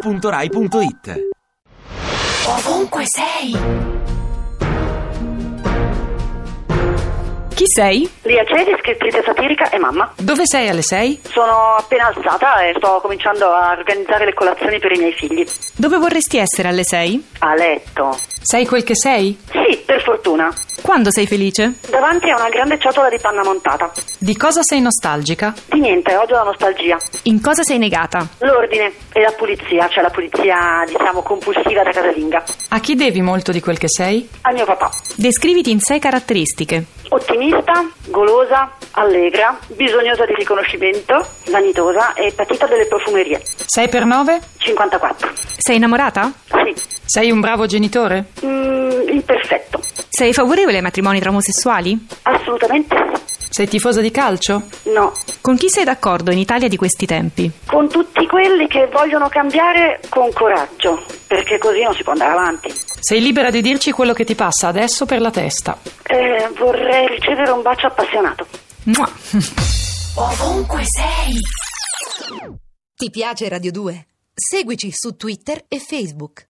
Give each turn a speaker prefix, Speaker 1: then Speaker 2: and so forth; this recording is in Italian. Speaker 1: radio2pod.rai.it
Speaker 2: Ovunque sei!
Speaker 3: Chi sei?
Speaker 4: Lia Ceri, scrittrice satirica e mamma.
Speaker 3: Dove sei alle 6?
Speaker 4: Sono appena alzata e sto cominciando a organizzare le colazioni per i miei figli.
Speaker 3: Dove vorresti essere alle 6?
Speaker 4: A letto.
Speaker 3: Sei quel che sei?
Speaker 4: Sì, per fortuna.
Speaker 3: Quando sei felice?
Speaker 4: Davanti a una grande ciotola di panna montata.
Speaker 3: Di cosa sei nostalgica?
Speaker 4: Di niente, oggi ho la nostalgia.
Speaker 3: In cosa sei negata?
Speaker 4: L'ordine e la pulizia, cioè la pulizia, diciamo, compulsiva da casalinga.
Speaker 3: A chi devi molto di quel che sei?
Speaker 4: A mio papà.
Speaker 3: Descriviti in sei caratteristiche.
Speaker 4: Ottimista, golosa, allegra, bisognosa di riconoscimento, vanitosa e patita delle profumerie.
Speaker 3: 6 per 9?
Speaker 4: 54.
Speaker 3: Sei innamorata?
Speaker 4: Sì.
Speaker 3: Sei un bravo genitore?
Speaker 4: Mm, imperfetto.
Speaker 3: Sei favorevole ai matrimoni tra omosessuali?
Speaker 4: Assolutamente
Speaker 3: Sei tifosa di calcio?
Speaker 4: sì. No.
Speaker 3: Con chi sei d'accordo in Italia di questi tempi?
Speaker 4: Con tutti quelli che vogliono cambiare con coraggio, perché così non si può andare avanti.
Speaker 3: Sei libera di dirci quello che ti passa adesso per la testa.
Speaker 4: Eh, vorrei ricevere un bacio appassionato.
Speaker 3: Mua.
Speaker 2: Ovunque sei!
Speaker 5: Ti piace Radio 2? Seguici su Twitter e Facebook.